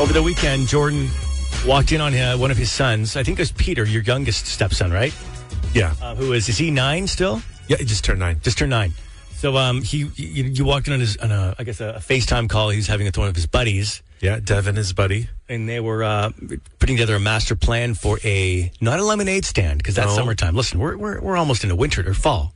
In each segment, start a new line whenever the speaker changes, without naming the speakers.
Over the weekend, Jordan walked in on uh, one of his sons. I think it was Peter, your youngest stepson, right?
Yeah.
Uh, who is is he nine still?
yeah, it just turned nine.
Just turned nine. So um, he you, you walked in on his on a I guess a, a FaceTime call he was having with one of his buddies,
Yeah, Devin, his buddy.
and they were uh, putting together a master plan for a not a lemonade stand because that's
No.
summertime. Listen, we're, we're we're almost into winter or fall.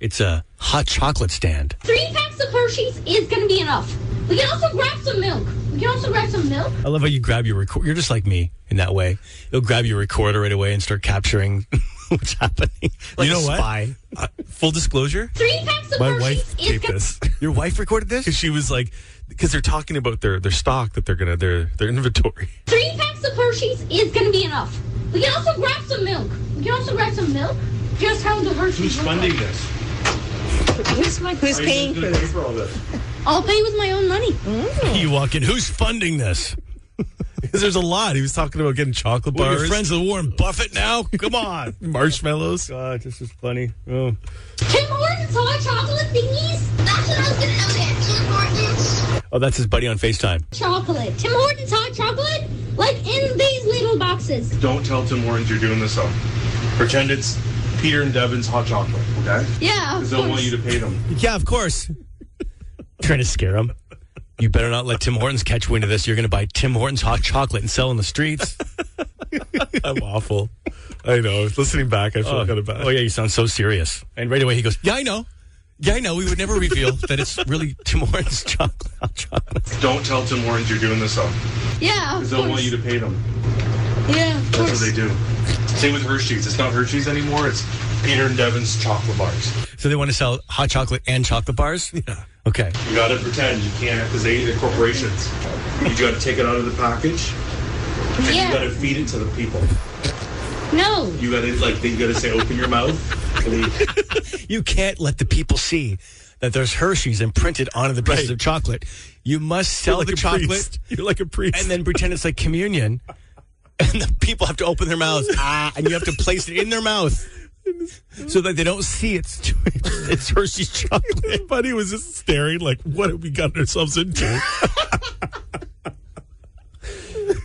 It's a hot chocolate stand.
Three packs of Hershey's is gonna be enough. We can also grab some milk. We can also grab some milk.
I love how you grab your record. You're just like me in that way. You'll grab your recorder right away and start capturing what's happening. Like
you
a
know what?
spy.
Uh, full disclosure,
Three packs of
my
Hershey's
wife
is
taped
gonna
this
Your wife recorded this?
because she was like, because they're talking about their their stock that they're gonna their their inventory.
three packs of Hershey's is gonna be enough. We can also grab some milk. We can also grab some milk. Just how the Hershey's.
Who's
look
funding
like.
this?
Who's, my, who's
Are you
paying for
gonna
this?
pay all this?
I'll pay with my own money.
You walk in. Who's funding this?
Because there's a lot. He was talking about getting chocolate
What,
bars,
your friends with Warren Buffett now? Come on. Oh,
marshmallows.
God, Uh, this is funny. Oh.
Tim Hortons hot chocolate thingies.
That's what I was gonna notice. Tim Hortons.
oh, that's his buddy on FaceTime.
Chocolate. Tim Hortons hot chocolate, like in these little boxes.
Don't tell Tim Hortons you're doing this up. Pretend it's Peter and Devin's hot chocolate, okay?
Yeah, of
Because they'll want
course.
you to pay them.
Yeah, of course. Trying to scare him. You better not let Tim Hortons catch wind of this. You're going to buy Tim Hortons hot chocolate and sell in the streets.
I'm awful. I know. Listening back, I feel kind of bad.
Oh yeah, you sound so serious. And right away he goes, "Yeah, I know. Yeah, I know. We would never reveal that it's really Tim Hortons chocolate." hot chocolate."
Don't tell Tim Hortons you're doing this up.
Yeah, of
Because they'll want
course.
you to pay them.
Yeah, of
That's what
course.
they do. Same with Hershey's. It's not Hershey's anymore. It's Peter and Devin's chocolate bars.
So they want to sell hot chocolate and chocolate bars. Yeah. Okay.
You gotta pretend you can't because they the corporations. You gotta take it out of the package. And
Yeah.
you gotta feed it to the people.
No.
You gotta like you gotta say open your mouth. And they-
You can't let the people see that there's Hershey's imprinted onto the pieces
Right.
of chocolate. You must sell
You're like
the
a
chocolate
priest. You're like a priest.
and then pretend it's like communion. And the people have to open their mouths, ah, and you have to place it in their mouth so that they don't see it's it's Hershey's chocolate.
His buddy was just staring, like, what have we gotten ourselves into?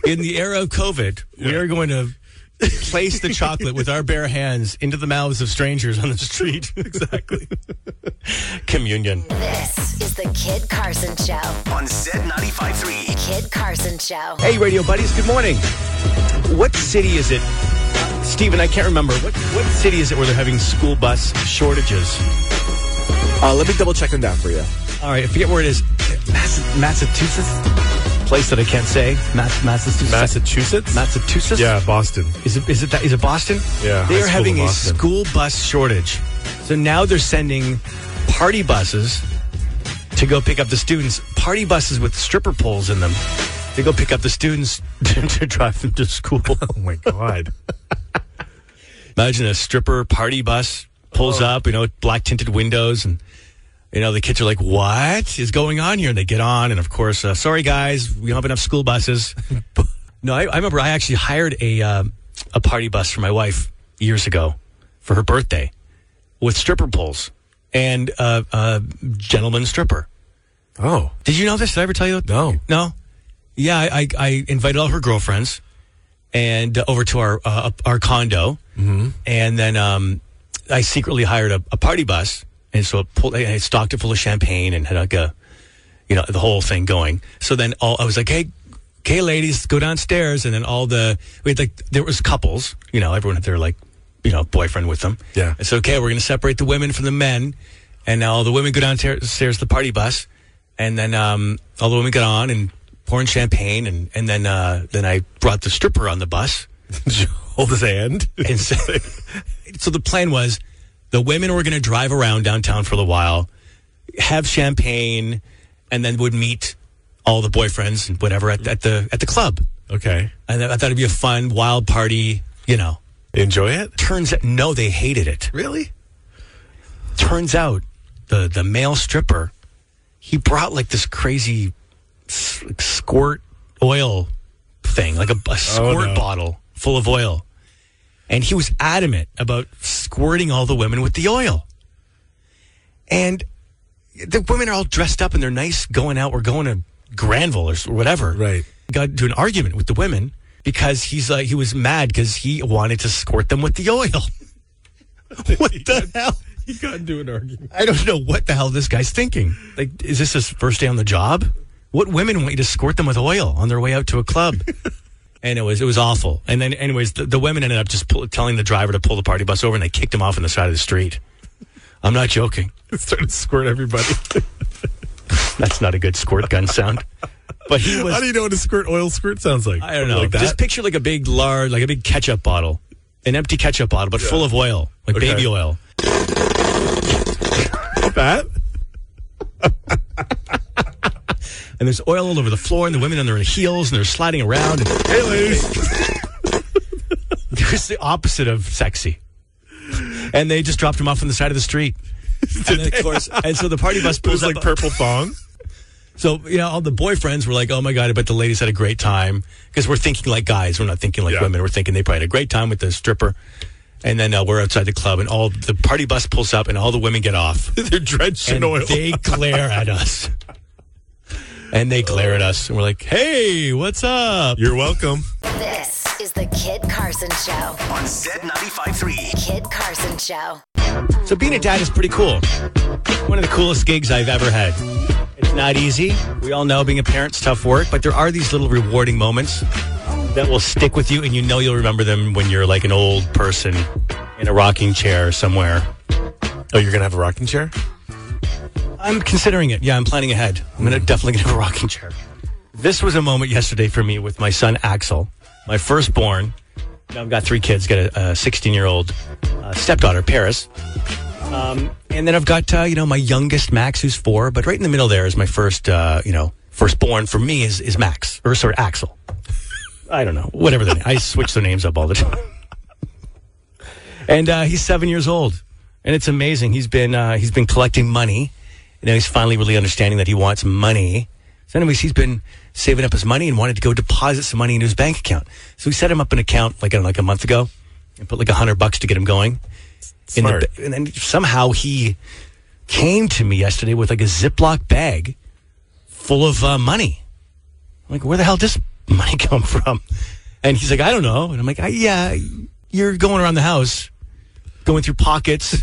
in the era of COVID, we are going to place the chocolate with our bare hands into the mouths of strangers on the street. exactly. Communion.
This is the Kid Carson Show.
on Z95.3.
Kid Carson Show.
Hey, radio buddies. Good morning. What city is it? Stephen, I can't remember. What, what city is it where they're having school bus shortages?
Uh, let me double check them down for you.
All right, I forget where it is. Massa- Massachusetts? Place that I can't say. Mass- Massachusetts?
Massachusetts?
Massachusetts?
yeah, Boston.
Is it, is it that is it Boston?
Yeah, high
They are
school
having
in
a
Boston.
school bus shortage. So now they're sending party buses to go pick up the students. Party buses with stripper poles in them. They go pick up the students to, to drive them to school.
Oh my God.
Imagine a stripper party bus pulls up, you know, black tinted windows and you know, the kids are like, "What is going on here?" And they get on, and of course, uh, sorry guys, we don't have enough school buses. no, I, I remember I actually hired a um a party bus for my wife years ago for her birthday with stripper poles and uh, a gentleman stripper.
oh.
Did you know this? Did I ever tell you?
No.
No. Yeah, I, I, I invited all her girlfriends and uh, over to our uh, up- our condo, mm-hmm. and then um, I secretly hired a, a party bus, and so it pulled, I stocked it full of champagne and had like a, you know, the whole thing going. So then all I was like, hey. Okay, ladies, go downstairs, and then all the we had like there was couples, you know, everyone had their like, you know, boyfriend with them.
Yeah.
I said, okay, we're gonna separate the women from the men, and now all the women go downstairs to the party bus, and then um, all the women got on and pouring champagne, and and then uh, then I brought the stripper on the bus,
Did you hold his hand?
and so, so the plan was the women were going to drive around downtown for a little while, have champagne, and then would meet all the boyfriends and whatever at, at the at the club.
Okay.
And I thought it'd be a fun wild party, you know.
Enjoy it?
Turns out no, they hated it.
Really?
Turns out the the male stripper, he brought like this crazy s- like, squirt oil thing, like a, a squirt
Oh, no.
bottle full of oil. And he was adamant about squirting all the women with the oil. And the women are all dressed up and they're nice going out. We're going to Granville or s- whatever.
Right.
got into an argument with the women because he's like he was mad because he wanted to squirt them with the oil. what the hell?
He got into an argument.
I don't know what the hell this guy's thinking. Like, is this his first day on the job? What women want you to squirt them with oil on their way out to a club? and it was it was awful. And then, anyways, the, the women ended up just pull, telling the driver to pull the party bus over, and they kicked him off on the side of the street. I'm not joking.
He started to squirt everybody.
That's not a good squirt gun sound. But he was.
How do you know what a squirt oil squirt sounds like?
I don't
Something
know.
Like that.
Just picture like a big, large, like a big ketchup bottle, an empty ketchup bottle, but full of oil, like
Okay.
baby oil.
that.
And there's oil all over the floor, and the women on their heels, and they're sliding around. And
Hey, ladies.
it was the opposite of sexy. And they just dropped him off on the side of the street. And then, of course, and so the party bus
It was
pulls
like
up.
purple thong.
so you know, all the boyfriends were like, "Oh my god!" But the ladies had a great time because we're thinking like guys. We're not thinking like
Yeah.
women. We're thinking they probably had a great time with the stripper. And then uh, we're outside the club, and all the party bus pulls up, and all the women get off.
They're drenched in
and
oil.
they glare at us. And they glare at us, and we're like, "Hey, what's up?"
You're welcome.
This is the Kid Carson Show.
on Z95.3.
Kid Carson Show.
So being a dad is pretty cool. One of the coolest gigs I've ever had. It's not easy. We all know being a parent's tough work, but there are these little rewarding moments that will stick with you, and you know you'll remember them when you're like an old person in a rocking chair somewhere.
Oh, you're gonna have a rocking chair?
I'm considering it. Yeah, I'm planning ahead. I'm gonna definitely gonna have a rocking chair. This was a moment yesterday for me with my son Axel, my firstborn. Now, I've got three kids. Got a 16 year old uh, stepdaughter Paris, um, and then I've got uh, you know my youngest Max, who's four. But right in the middle there is my first uh, you know firstborn for me is is Max or sorry Axel. I don't know whatever the name. I switch their names up all the time. And uh, he's seven years old, and it's amazing. He's been uh, he's been collecting money. You know, he's finally really understanding that he wants money. So, anyways, he's been saving up his money and wanted to go deposit some money into his bank account. So we set him up an account like I don't know, like a month ago, and put like a hundred bucks to get him going. In the,
Smart.
ba- and then somehow he came to me yesterday with like a Ziploc bag full of uh, money. I'm like, where the hell did this money come from? And he's like, I don't know. And I'm like, I, yeah, you're going around the house, going through pockets,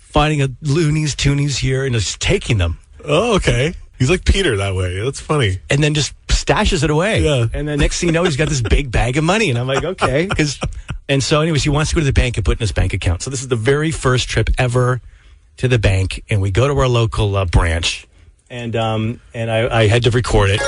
finding a loonies, toonies here, and just taking them.
Oh, okay. He's like Peter that way. That's funny.
And then just stashes it away.
Yeah.
And then next thing you know, he's got this big bag of money. And I'm like, okay. 'cause- and so, anyways, he wants to go to the bank and put it in his bank account. So, this is the very first trip ever to the bank. And we go to our local uh, branch. And, um, and I, I had to record it.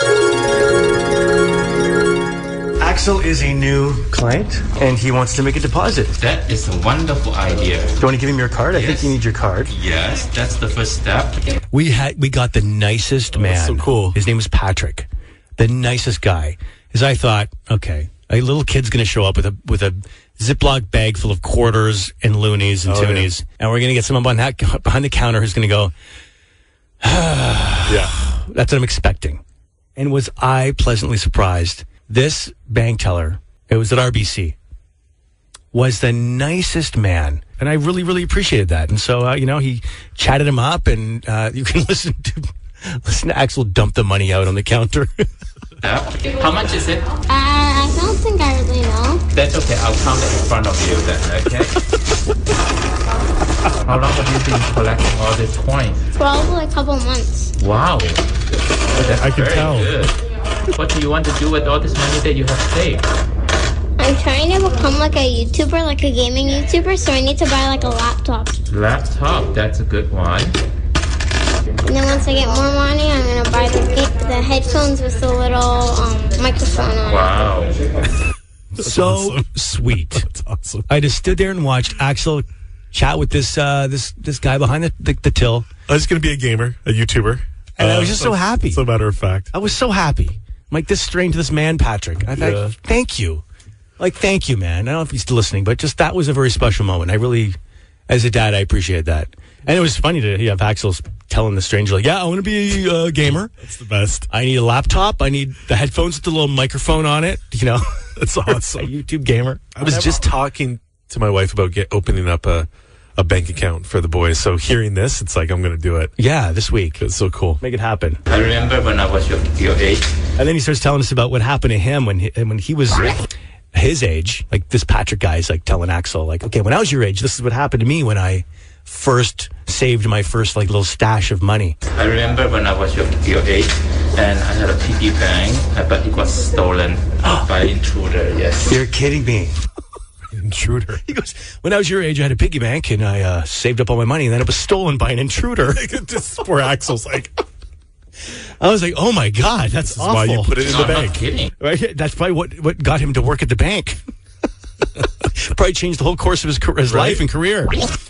Axel is a new client and he wants to make a deposit.
That is a wonderful idea.
Do you want to give him your card? I think
Yes.
you need your card.
Yes, that's the first step.
We had we got the nicest man.
Oh, so cool.
His name was Patrick, the nicest guy. As I thought, okay, a little kid's going to show up with a with a Ziploc bag full of quarters and loonies and
Oh, yeah.
toonies, and we're going to get someone behind, that, behind the counter who's going to go.
Yeah.
That's what I'm expecting. And was I pleasantly surprised? This bank teller, it was at RBC, was the nicest man. And I really, really appreciated that. And so, uh, you know, he chatted him up, and uh, you can listen to. Listen to Axel dump the money out on the counter.
Step. How much is it?
Uh, I don't think I really know.
That's okay. I'll count it in front of you then, okay? How long have you been collecting all this coin?
Probably a couple months.
Wow. That's
I can
very
tell.
good. What do you want to do with all this money that you have saved?
I'm trying to become like a YouTuber, like a gaming YouTuber, so I need to buy like a laptop.
Laptop, that's a good one.
And then once I get more money, I'm gonna buy the, the headphones with the little um, microphone on. it.
Wow.
so sweet.
That's awesome.
I just stood there and watched Axel chat with this uh, this this guy behind the, the, the till,
I was gonna be a gamer, a YouTuber.
and I
Uh,
was just so
that's-
happy.
It's a matter of fact.
I was so happy. I'm like this strain to this man, Patrick. I thought,
Yeah.
thank you. Like, thank you, man. I don't know if he's still listening, but just that was a very special moment. I really, as a dad, I appreciate that. And it was funny to have Axel's telling the stranger, like, yeah, I want to be a uh, gamer.
That's the best.
I need a laptop. I need the headphones with the little microphone on it, you know,
That's
a
awesome.
YouTube gamer.
I was just talking to my wife about get, opening up a, a bank account for the boys. So hearing this, it's like I'm going to do it.
Yeah, this week.
It's so cool.
Make it happen.
I remember when I was your, your age.
And then he starts telling us about what happened to him when he, when he was his age. Like this Patrick guy is like telling Axel, like, okay, when I was your age, this is what happened to me when I first saved my first like little stash of money.
I remember when I was your, your age and I had a piggy bank, but it was stolen by intruder, yes.
You're kidding me.
Intruder.
He goes, when I was your age, I had a piggy bank and I uh, saved up all my money, and then it was stolen by an intruder.
Just poor Axel's like,
I was like, oh my god, that's
this is why you
awful."
put it in the
No, I'm not
bank.
kidding.
Right? That's probably what, what got him to work at the bank. probably changed the whole course of his, car- his life and career.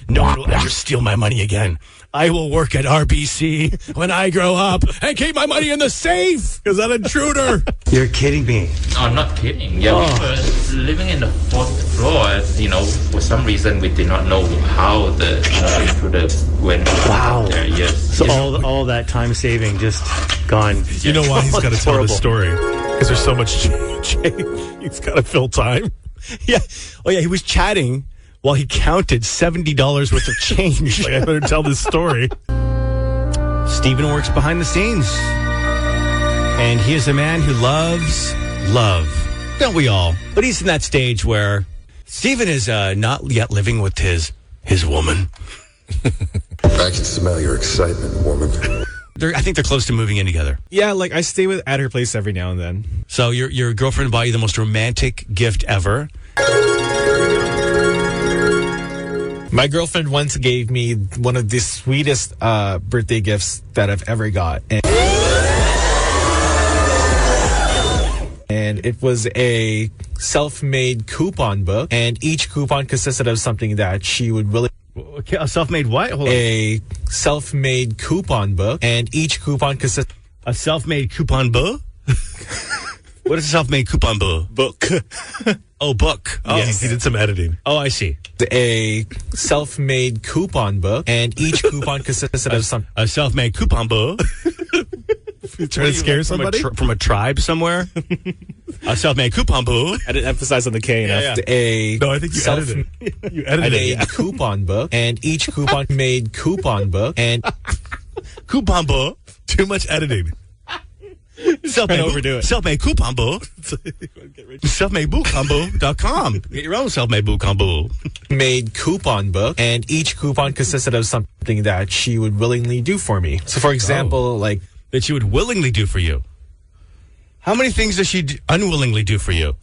No one will ever steal my money again. I will work at RBC when I grow up and keep my money in the safe.
Is that intruder?
You're kidding me.
No, I'm not kidding. Yeah,
Oh.
we were living in the fourth floor. and, You know, for some reason we did not know how the uh, intruder went.
Wow.
There, yes.
So
Yes.
all, all that time saving just gone.
you know why he's got to
It's
tell this story?
horrible.
Because there's so much change. He's got to fill time.
Yeah. Oh yeah, he was chatting while he counted seventy dollars worth of change.
Like I better tell this story.
Steven works behind the scenes. And he is a man who loves love. Don't we all? But he's in that stage where Steven is uh, not yet living with his his woman.
I can smell your excitement, woman.
They're, I think they're close to moving in together.
Yeah, like I stay with at her place every now and then.
So your your girlfriend bought you the most romantic gift ever.
My girlfriend once gave me one of the sweetest uh, birthday gifts that I've ever got. And, and it was a self made coupon book. And each coupon consisted of something that she would really.
Okay, a self-made what? Hold
A self made coupon book. And each coupon consisted.
A self-made coupon book? what is a self-made coupon book?
Book.
Oh, book. Oh,
Yes, he did some editing.
oh I see.
a self made coupon book. And each coupon consisted of something.
A self-made coupon book.
Trying to scare somebody.
From a, tri- from a tribe somewhere. a self-made coupon book.
I didn't emphasize on the K enough.
yeah.
A
No, I think you
self-
edited it. You
I
edited it.
made coupon book, and each coupon made coupon book, and
Coupon book.
Too much editing.
Self-made
Don't overdo it.
Self-made coupon book. self-made book combo dot com. Get your own self-made book combo.
made coupon book, and each coupon consisted of something that she would willingly do for me. So, for example,
Oh.
like
That she would willingly do for you. How many things does she d- unwillingly do for you?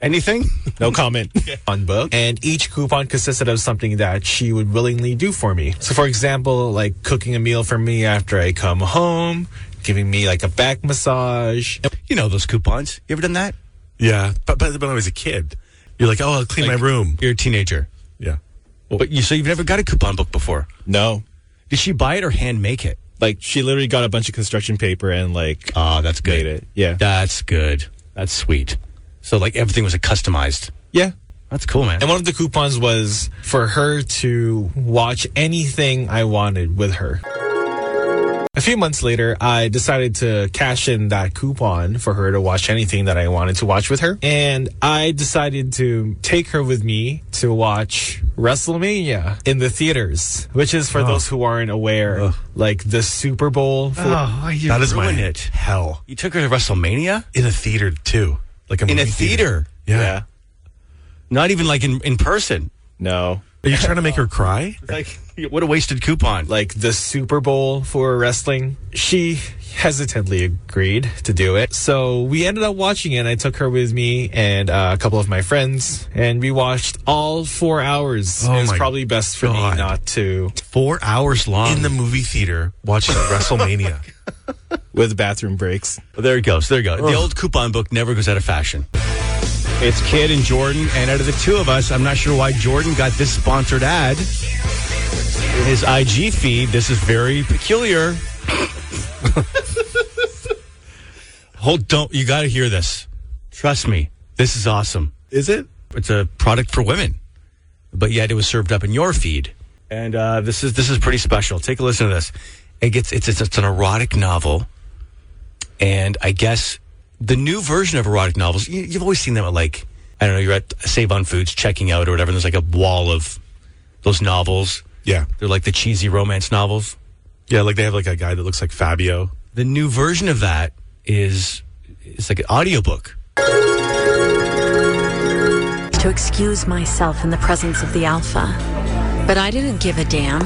Anything?
no comment on book, and each coupon consisted of something that she would willingly do for me. So, for example, like cooking a meal for me after I come home, giving me like a back massage.
You know those coupons. You ever done that?
Yeah, but, but when I was a kid, you're like, oh, I'll clean
Like-
my room.
You're a teenager.
Yeah.
But you so you've never got a coupon book before.
No.
Did she buy it or hand make it?
Like, she literally got a bunch of construction paper and, like,
Ah,
Oh, that's good.
Made it, yeah.
That's good. That's sweet. So like everything was like, customized.
Yeah.
That's cool, man.
And one of the coupons was for her to watch anything I wanted with her. A few months later, I decided to cash in that coupon for her to watch anything that I wanted to watch with her. And I decided to take her with me to watch WrestleMania in the theaters, which is for those who aren't aware, like the Super Bowl. For-
Ah.
Oh, you
That is my
ruined it.
hell.
You took her to WrestleMania
In a theater, too. Like a
in a
movie
theater,
Yeah.
not even like in, in person.
No.
Are you trying to make her cry?
Like, what a wasted coupon! Like,
like the Super Bowl for wrestling. She hesitantly agreed to do it. So we ended up watching it. I took her with me and uh, a couple of my friends, and we watched all four hours.
Oh
it was
my
probably best for
God.
me not to
four hours long.
In the movie theater watching WrestleMania.
with bathroom breaks.
there it goes. There you go. The old coupon book never goes out of fashion. It's Kid and Jordan, and out of the two of us, I'm not sure why Jordan got this sponsored ad in his IG feed. This is very peculiar. Hold, don't you got to hear this? Trust me, this is awesome.
Is it?
it's a product for women, but yet it was served up in your feed. And uh, this is this is pretty special. Take a listen to this. It gets it's it's, it's an erotic novel, and I guess the new version of erotic novels. You, you've always seen them at like I don't know. You're at Save on Foods checking out or whatever. And there's like a wall of those novels.
Yeah.
They're like the cheesy romance novels.
Yeah, like they have like a guy that looks like Fabio.
The new version of that is it's like an audiobook.
to excuse myself in the presence of the alpha. But I didn't give a damn.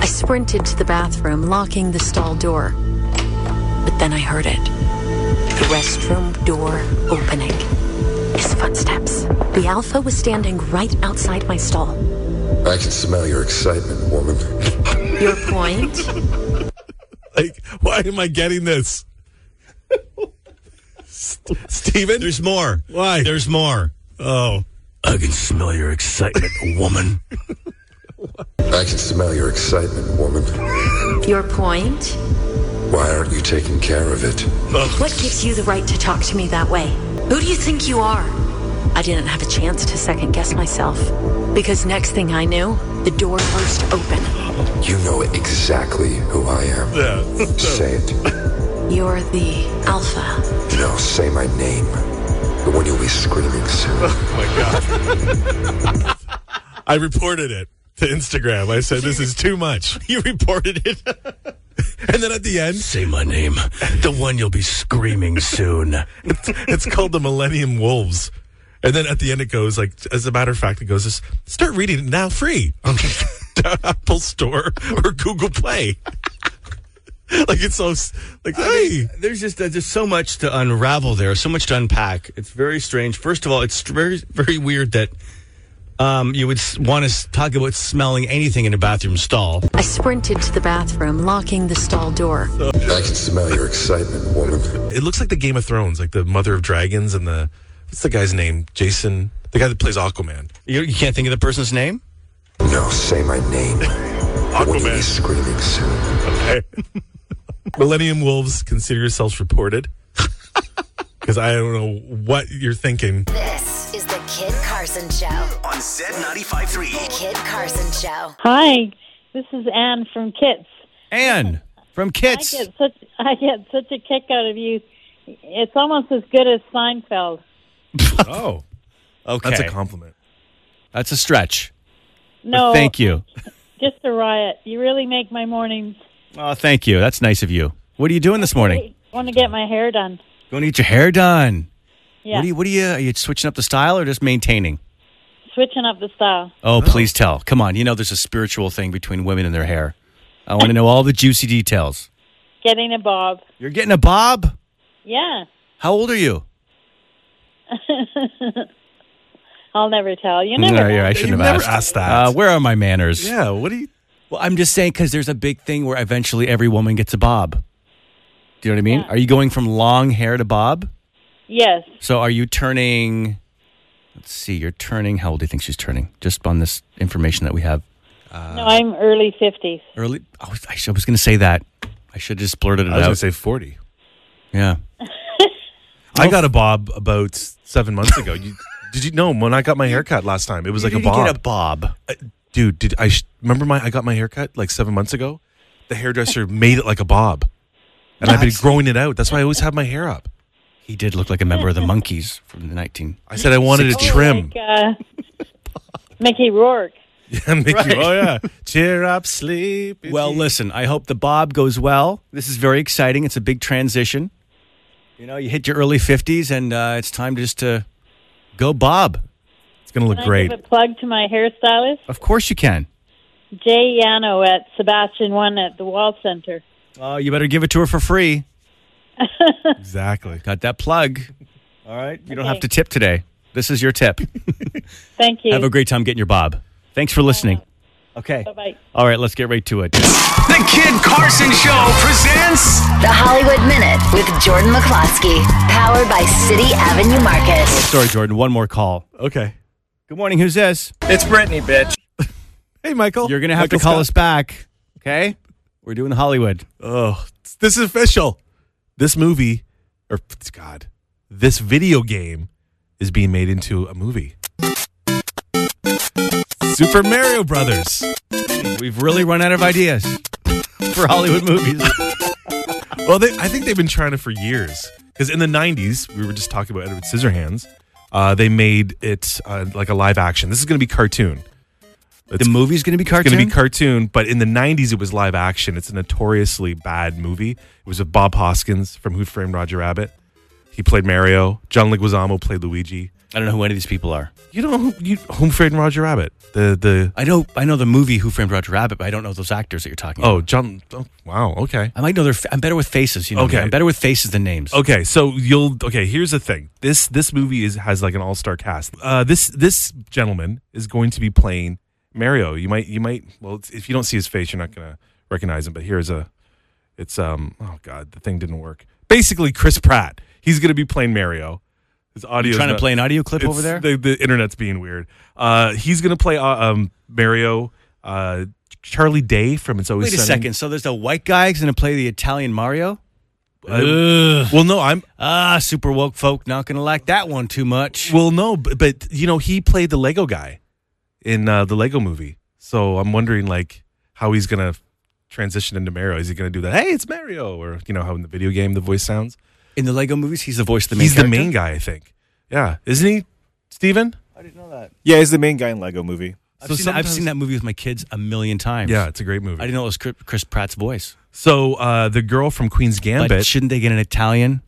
I sprinted to the bathroom, locking the stall door. But then I heard it the restroom door opening. His footsteps. The alpha was standing right outside my stall.
I can smell your excitement, woman.
Your point?
Like, why am I getting this? Steven?
There's more.
Why?
There's more.
Oh.
I can smell your excitement, woman.
I can smell your excitement, woman.
Your point?
Why aren't you taking care of it?
What gives you the right to talk to me that way? Who do you think you are? I didn't have a chance to second guess myself because next thing I knew, the door burst open.
You know exactly who I am.
Yeah.
Say it.
You're the alpha.
No, say my name. The one you'll be screaming soon.
I reported it to Instagram. I said, this is too much.
you reported it.
And then at the end,
Say my name. The one you'll be screaming soon.
it's called the Millennium Wolves. And then at the end, it goes like, as a matter of fact, it goes, just start reading it now free on the Apple Store or Google Play. like it's so, s- like, hey,
There's just uh, just so much to unravel there, so much to unpack. It's very strange. First of all, it's very very weird that um, you would want to talk about smelling anything in a bathroom stall.
I sprinted to the bathroom, locking the stall door.
I can smell your excitement, woman.
it looks like the Game of Thrones, like the Mother of Dragons and the, what's the guy's name? Jason, the guy that plays Aquaman.
You, you can't think of the person's name.
No, say my name. The one you'll be screaming soon.
Millennium Wolves, consider yourselves reported. Because I don't know what you're thinking.
This is the Kid Carson Show.
On Z95.3.
Kid Carson Show.
Hi, this is Anne from Kits.
Anne from Kits.
I get such I get such a kick out of you. It's almost as good as Seinfeld.
Oh,
Okay,
that's a compliment.
That's a stretch.
No,
Thank you.
Just a riot. You really make my mornings.
Oh, thank you. That's nice of you. What are you doing this morning?
I want to get my hair done.
Going to get your hair done.
Yeah,
What are you? What are you? Are you switching up the style or just maintaining?
switching up the style.
Oh, please tell. Come on. You know there's a spiritual thing between women and their hair. I want to know all the juicy details.
Getting a bob.
You're getting a bob?
Yeah,
How old are you?
I'll never tell. You never.
no,
know.
yeah, I shouldn't
You
have
never asked that.
Uh, where are my manners?
Yeah, what do you?
Well, I'm just saying because there's a big thing where eventually every woman gets a bob. Do you know what I mean? Are you going from long hair to bob?
Yes,
So are you turning? Let's see. You're turning. How old do you think she's turning? Just on this information that we have. uh,
no, I'm early fifties.
Early. I was, I sh- I was going to say that. I should have just blurted it
I was
out.
gonna say forty.
yeah.
I got a bob about seven months ago. You, did you know when I got my haircut last time? It was like a
You
bob.
get a bob.
Uh, Dude, did I sh- remember my? I got my haircut like seven months ago. The hairdresser made it like a bob, and I've been
Nice.
growing it out. That's why I always have my hair up.
He did look like a member of the Monkees from the 19.
I said I wanted a trim.
Like, uh, Mickey Rourke.
Yeah, Mickey, Oh yeah, cheer up, sleep.
Well, listen, I hope the Bob goes well. This is very exciting. It's a big transition. You know, you hit your early 50s and uh, it's time just to go Bob.
it's gonna look
Can
great.
I give a plug to my hairstylist,
Of course you can.
Jay Yano at Sebastian One at the Wall Center.
Oh, you better give it to her for free.
Exactly.
Got that plug. All right. You don't have
Okay.
to tip today. This is your tip.
Thank you.
have a great time getting your Bob. Thanks for listening. Okay.
Bye bye.
All right, let's get right to it.
The Kid Carson Show presents
The Hollywood Minute with Jordan McCloskey. Powered by City Avenue Market.
Sorry, Jordan. One more call.
Okay.
Good morning. Who's this?
It's Brittany, bitch.
Hey, Michael.
You're going to have to call us back. Okay. We're doing Hollywood.
Oh, this is official. This movie, or God, this video game is being made into a movie. Super Mario Brothers.
We've really run out of ideas for Hollywood movies.
Well, they, I think they've been trying it for years. Because in the 90s, we were just talking about Edward Scissorhands. Uh, they made it uh, like a live action. This is going to be cartoon.
the movie's going to be cartoon.
It's going to be cartoon, but in the 90s, it was live action. It's a notoriously bad movie. It was with Bob Hoskins from Who Framed Roger Rabbit. He played Mario. John Leguizamo played Luigi.
I don't know who any of these people are.
You know who you, Who Framed Roger Rabbit? The the
I know I know the movie Who Framed Roger Rabbit, but I don't know those actors that you're talking.
Oh,
about.
John. Oh, wow. Okay.
I might know their. fa- I'm better with faces. You know, me.
Okay.
I'm better with faces than names.
Okay, so you'll okay. Here's the thing. This this movie is has like an all star cast. Uh, this this gentleman is going to be playing Mario. You might you might well it's- if you don't see his face, you're not gonna recognize him. But here's a, it's um oh god, the thing didn't work. Basically, Chris Pratt. He's gonna be playing Mario. His audio
trying to play an audio clip over there?
The, the internet's being weird. Uh, he's gonna play uh, um Mario. Uh, Charlie Day from It's Always
Wait a
Sunny.
second. So there's a white guy who's going to play the Italian Mario.
Uh, well, no, I'm
ah super woke folk. Not going to like that one too much.
Well, no, but, but you know he played the Lego guy in uh, the Lego movie, so I'm wondering like how he's gonna transition into Mario. Is he gonna do that? Hey, it's Mario, or you know how in the video game the voice sounds
in the Lego movies. He's the voice of the
main
He's
character?
the main guy, I think. Yeah, isn't he, Steven?
Yeah, he's the main guy in Lego movie.
I've, seen that, I've seen that movie with my kids a million times.
Yeah, it's a great movie.
I didn't know it was Chris, Chris Pratt's voice.
So uh, the girl from Queen's Gambit.
But shouldn't they get an Italian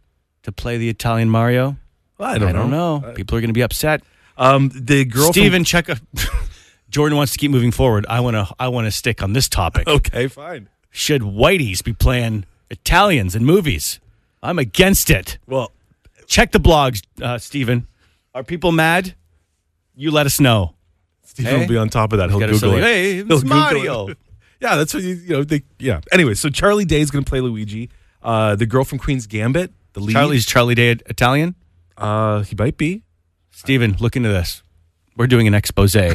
to play the Italian Mario?
I don't know.
People are going to be upset.
Um, the girl from-
Steven, check. A, Jordan wants to keep moving forward. I want to. I want to stick on this topic.
Okay, fine.
Should whiteys be playing Italians in movies? I'm against it.
Well,
check the blogs, uh, Steven. Are people mad? You let us know.
Steven will be on top of that. He'll
Gotta
Google
say,
it.
"Hey, it's
He'll Google
Mario."
it. yeah, that's what you, you know. They, yeah. Anyway, so Charlie Day is going to play Luigi. Uh, the girl from Queen's Gambit, the lead.
Charlie's Charlie Day Italian?
Uh, he might be.
Steven, look into this. We're doing an expose. Oh,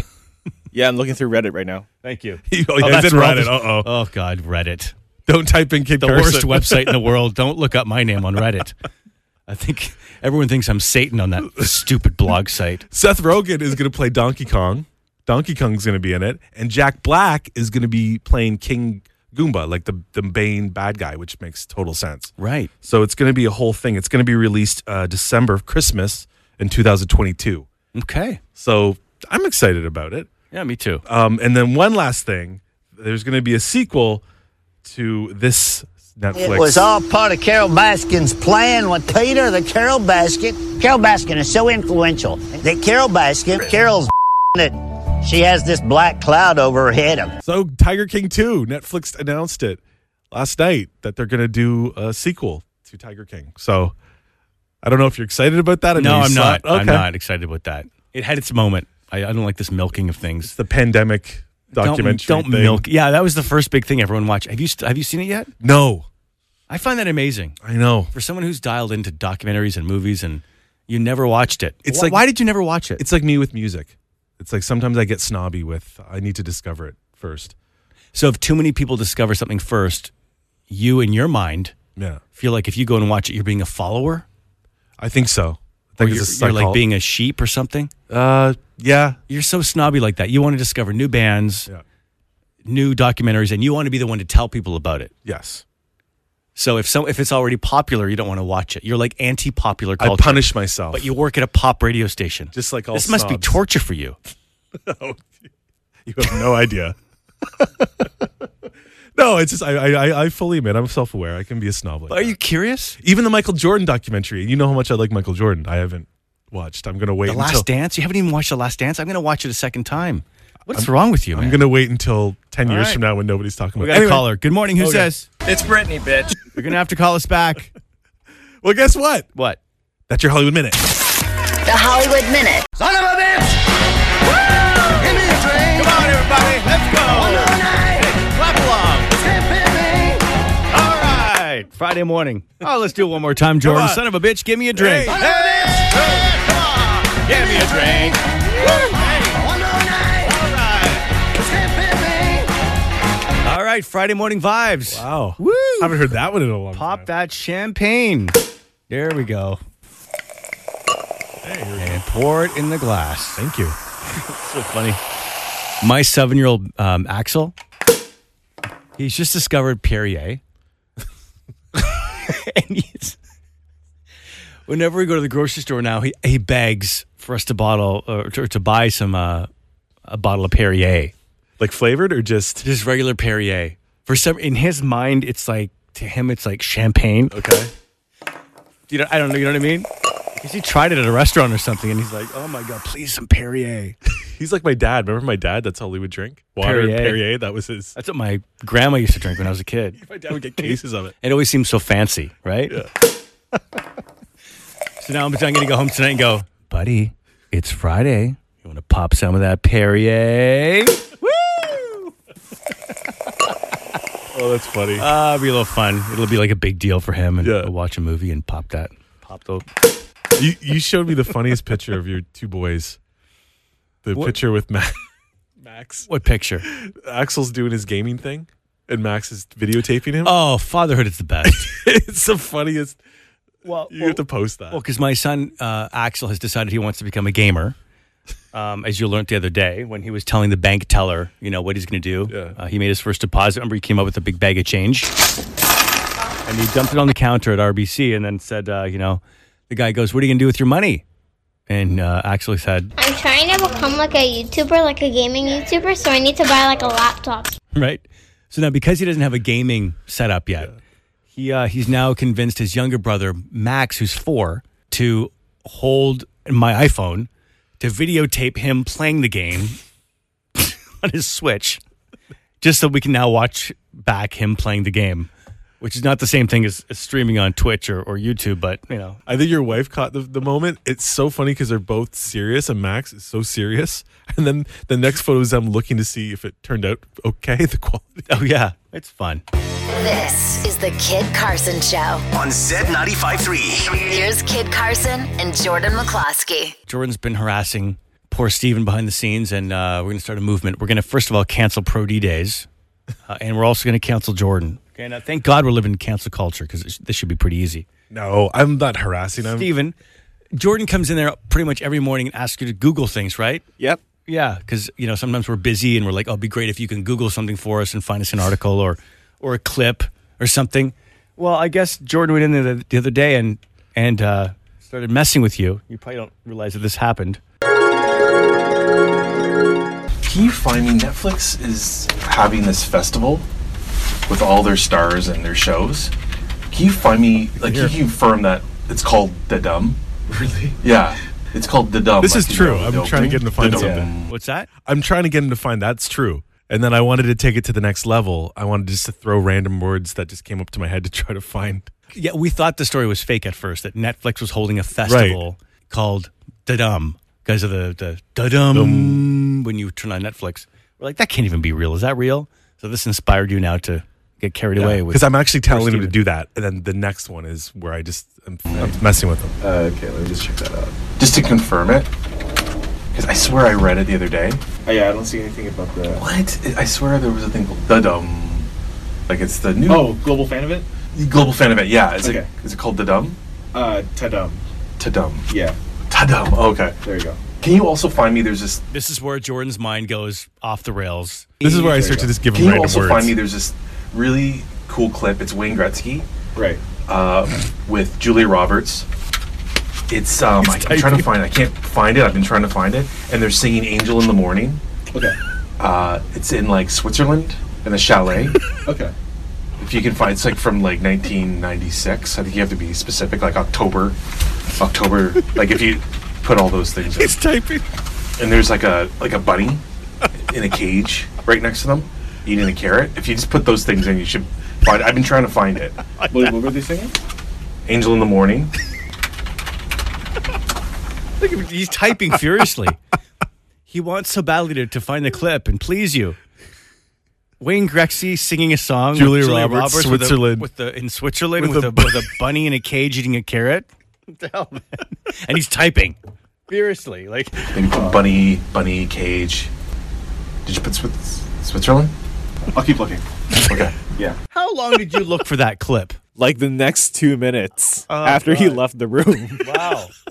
Yeah, I'm looking through Reddit right now.
Thank you.
Oh, yeah, it's in Reddit. Uh-oh.
Oh, God, Reddit.
Don't type in Kid
the
Carson.
worst website in the world. Don't look up my name on Reddit. I think everyone thinks I'm Satan on that stupid blog site.
Seth Rogen is going to play Donkey Kong. Donkey Kong's going to be in it, and Jack Black is going to be playing King Goomba, like the the Bane bad guy, which makes total sense.
Right.
So it's going to be a whole thing. It's going to be released uh, December Christmas in 2022.
Okay.
So I'm excited about it.
Yeah, me too.
Um, and then one last thing, there's going to be a sequel to this Netflix.
It was all part of Carol Baskin's plan with Peter the Carol Baskin. Carol Baskin is so influential that Carol Baskin, Carol's that she has this black cloud over her head. of
So Tiger King 2, Netflix announced it last night that they're going to do a sequel to Tiger King. So I don't know if you're excited about that. I mean,
no,
you
I'm
saw
not.
it.
I'm not excited about that. It had its moment. I, I don't like this milking of things.
The pandemic documentary.
Don't, don't
thing.
milk. Yeah, that was the first big thing everyone watched. Have you st- have you seen it yet?
No.
I find that amazing.
I know.
For someone who's dialed into documentaries and movies and you never watched it.
It's
Wh-
like-
why did you never watch it?
It's like me with music. It's like sometimes I get snobby with I need to discover it first.
So if too many people discover something first, you in your mind
Yeah.
feel like if you go and watch it, you're being a follower.
I think so. I
Or
think
you're,
it's a
you're like
psychol-
being a sheep or something.
Uh, yeah.
You're so snobby like that. You want to discover new bands, new documentaries, and you want to be the one to tell people about it.
Yes.
So if some if it's already popular, you don't want to watch it. You're like anti-popular
I
culture.
punish myself.
But you work at a pop radio station.
Just like all
This must be
snobs.
torture for you.
You have no idea. no, it's just I, I I- I fully admit I'm self aware. I can be a snob. Like
But are you curious?
Even the Michael Jordan documentary. You know how much I like Michael Jordan. I haven't watched. I'm gonna wait.
The Last
until,
Dance? You haven't even watched The Last Dance? I'm going to watch it a second time. What's wrong with you,
I'm
man?
gonna wait until ten
All
years
right.
from now when nobody's talking
We
about.
got
it.
a caller. Good morning. Who
Okay.
says? It's Brittany, bitch. You're going to have to call us back.
Well, guess what?
What?
That's your Hollywood minute.
The Hollywood Minute.
Son of a bitch!
Give me a drink. Come on, everybody. Let's go.
Clap All right. Friday morning. Oh, let's do it one more time, Jordan.
on.
Son of a bitch, give me a drink. Give me a drink. All right. Friday morning vibes.
Wow.
Woo.
Haven't heard that one in a long
Pop that champagne. There we go. and pour it in the glass.
Thank you.
so funny. My seven year old um, Axel, he's just discovered Perrier. and he's, whenever we go to the grocery store now, he, he begs for us to bottle or to, or to buy some uh, a bottle of Perrier.
Like flavored or just
just regular Perrier? For some, in his mind, it's like to him, it's like champagne.
Okay.
You know, I don't know. You know what I mean? 'Cause he tried it at a restaurant or something, and he's like, "Oh my god, please some Perrier."
He's like my dad. Remember my dad? That's all he would drink. Water and
Perrier.
Perrier. That was his.
That's what my grandma used to drink when I was a kid.
My dad would get cases of it.
It always seems so fancy, right? so now I'm, I'm going to go home tonight and go, buddy, it's Friday. You want to pop some of that Perrier?
Oh, that's funny.
Uh, it'll be a little fun. It'll be like a big deal for him. And I'll watch a movie and pop that. Pop the.
you you showed me the funniest picture of your two boys. The
What-
picture with Max. Max.
What picture?
Axel's doing his gaming thing, and Max is videotaping him.
Oh, fatherhood is the best.
it's the funniest.
Well,
you have to post that.
well, because my son, uh, Axel, has decided he wants to become a gamer. Um, as you learned the other day when he was telling the bank teller, you know, what he's going to do. Uh, he made his first deposit. Remember, he came up with a big bag of change. And he dumped it on the counter at RBC and then said, uh, you know, the guy goes, what are you going to do with your money? And uh, Axel said,
I'm trying to become like a YouTuber, like a gaming YouTuber, so I need to buy like a laptop.
right? So now, because he doesn't have a gaming setup yet, he uh, he's now convinced his younger brother Max, who's four, to hold my iPhone to videotape him playing the game on his Switch, just so we can now watch back him playing the game, which is not the same thing as, as streaming on Twitch or, or YouTube, but you know.
I think your wife caught the, the moment. It's so funny because they're both serious, and Max is so serious. And then the next photo is them looking to see if it turned out okay. The quality.
Oh yeah, it's fun.
This is the Kid Carson Show.
On Z95.3.
Here's Kid Carson and Jordan McCloskey.
Jordan's been harassing poor Steven behind the scenes, and uh, we're going to start a movement. We're going to, first of all, cancel Pro D days, uh, and we're also going to cancel Jordan. Okay, now thank God we're living in cancel culture because sh- this should be pretty easy.
No, I'm not harassing him.
Steven, Jordan comes in there pretty much every morning and asks you to Google things, right?
Yep.
Yeah, because you know sometimes we're busy and we're like, "Oh, it'd be great if you can Google something for us and find us an article or or a clip or something." Well, I guess Jordan went in there the, the other day and and uh, started messing with you. You probably don't realize that this happened.
Can you find me? Netflix is having this festival with all their stars and their shows. Can you find me? Like, can you confirm that it's called The Dumb? Really? Yeah, it's called The Dumb.
This
like,
is
you
true.
know,
I'm
the
trying to get him to
opening.
find
The Dumb.
something.
What's that?
I'm trying to get him to find that's true. And then I wanted to take it to the next level. I wanted just to throw random words that just came up to my head to try to find.
Yeah, we thought the story was fake at first that Netflix was holding a festival called Da Dum because of the the Da Dum when you turn on Netflix. We're like, that can't even be real. Is that real? So this inspired you now to get carried away with
because I'm actually telling him to
Steven.
do that, and then the next one is where I just I'm, I'm messing with him.
Uh, okay, let me just check that out. Just to confirm it, because I swear I read it the other day.
Oh, yeah, I don't see anything about that.
What? I swear there was a thing called The Dumb. Like it's the new.
Oh, global fan of it?
Global fan of it, yeah. Is,
Okay.
it, is it called The Dumb?
Uh, Tadum.
Tadum.
Yeah.
Tadum. oh, Okay.
There you go.
Can you also find me? There's this.
This is where Jordan's mind goes off the rails.
This is where I
There you
start
go.
to just give him
Can you
random
also
words.
find me? There's this really cool clip. It's Wayne Gretzky.
Right.
Uh, with Julia Roberts. It's um.
He's
I, I'm trying
typing.
to find. I can't find it. I've been trying to find it. And they're singing "Angel in the Morning."
Okay.
Uh, it's in like Switzerland in a chalet.
Okay.
if you can find, it's like from like 1996. I think you have to be specific, like October, October. like if you put all those things. It's
typing.
And there's like a like a bunny in a cage right next to them eating a carrot. If you just put those things in, you should find. I've been trying to find it.
What, what were they singing?
Angel in the morning.
Look at him. He's typing furiously. he wants so badly to, to find the clip and please you. Wayne Gretzky singing a song. with
Julia Roberts,
with a-
Switzerland.
With the, in Switzerland
With
with,
a-
a, with a bunny in a cage eating a carrot. What the hell, man? And he's typing. Furiously, like
Maybe put bunny, bunny cage. Did you put Swiss, Switzerland? I'll keep looking. Okay.
Yeah.
How long did you look for that clip?
Like the next two minutes
Oh,
after he
God.
left the room.
Wow.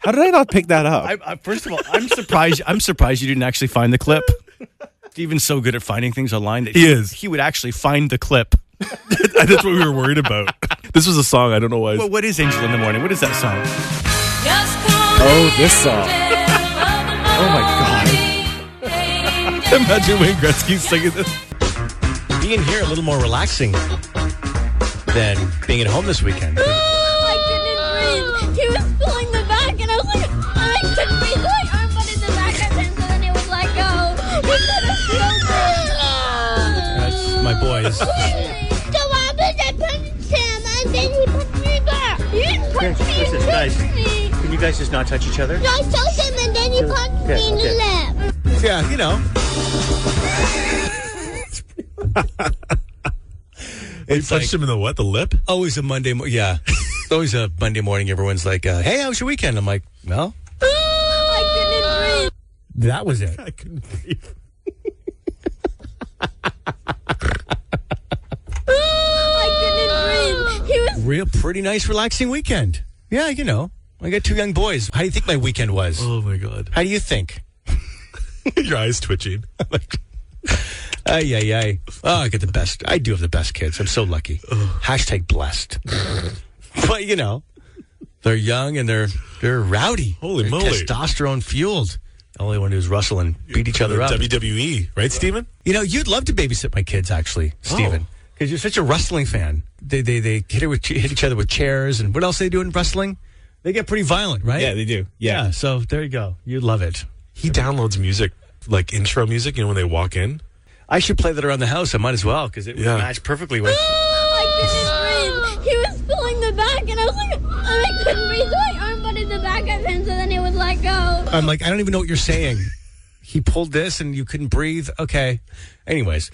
How did I not pick that up?
I, I, first of all, I'm surprised. I'm surprised you didn't actually find the clip. Steven's so good at finding things online that
He is.
He would actually find the clip.
That's what we were worried about. This was a song. I don't know why.
Well, what is Angel in the Morning? What is that song?
Oh, this song. oh my god.
Imagine Wayne Gretzky singing this.
Being here a little more relaxing than being at home this weekend.
I couldn't breathe. He was pulling the back, and I was like, I couldn't breathe. So I arm butted the back of him, so then it would let go. He could have killed me.
That's my boys.
So what happened? I punched him, and then he punched me back. You didn't punch me. You
Listen,
pushed
guys.
me.
Can you guys just not touch each other?
No, I touched him, and then he punched
Okay,
me in the
okay.
lip.
Yeah, you know.
It punched him in the what? The lip?
Always a Monday. Mo- yeah, It's always a Monday morning. Everyone's like, uh, "Hey, how was your weekend?" I'm like, "Well,
I couldn't breathe.
that was it."
I couldn't breathe.
I couldn't breathe. He was
Real pretty nice, relaxing weekend. Yeah, you know, I got two young boys. How do you think my weekend was?
Oh my god.
How do you think?
Your eyes twitching.
Ay, ay, ay. Oh, I get the best. I do have the best kids. I'm so lucky. Hashtag blessed. but you know, they're young and they're they're rowdy.
Holy
They're
moly.
Testosterone fueled. Only one who's wrestle and beat each other
E
up.
WWE, right, Steven?
You know, you'd love to babysit my kids, actually,
Oh.
Steven. Because you're such a wrestling fan. They they they hit, it with, hit each other with chairs and what else they do in wrestling? They get pretty violent, right?
Yeah, they do. Yeah.
so there you go. You'd love it.
He downloads music, like intro music, you know, when they walk in.
I should play that around the house. I might as well because it would
Yeah.
match perfectly with.
Oh, I couldn't breathe. He was pulling the back, and I was like, I couldn't breathe. So I arm butted the back of him, so then it would let go.
I'm like, I don't even know what you're saying. he pulled this and you couldn't breathe. Okay. Anyways,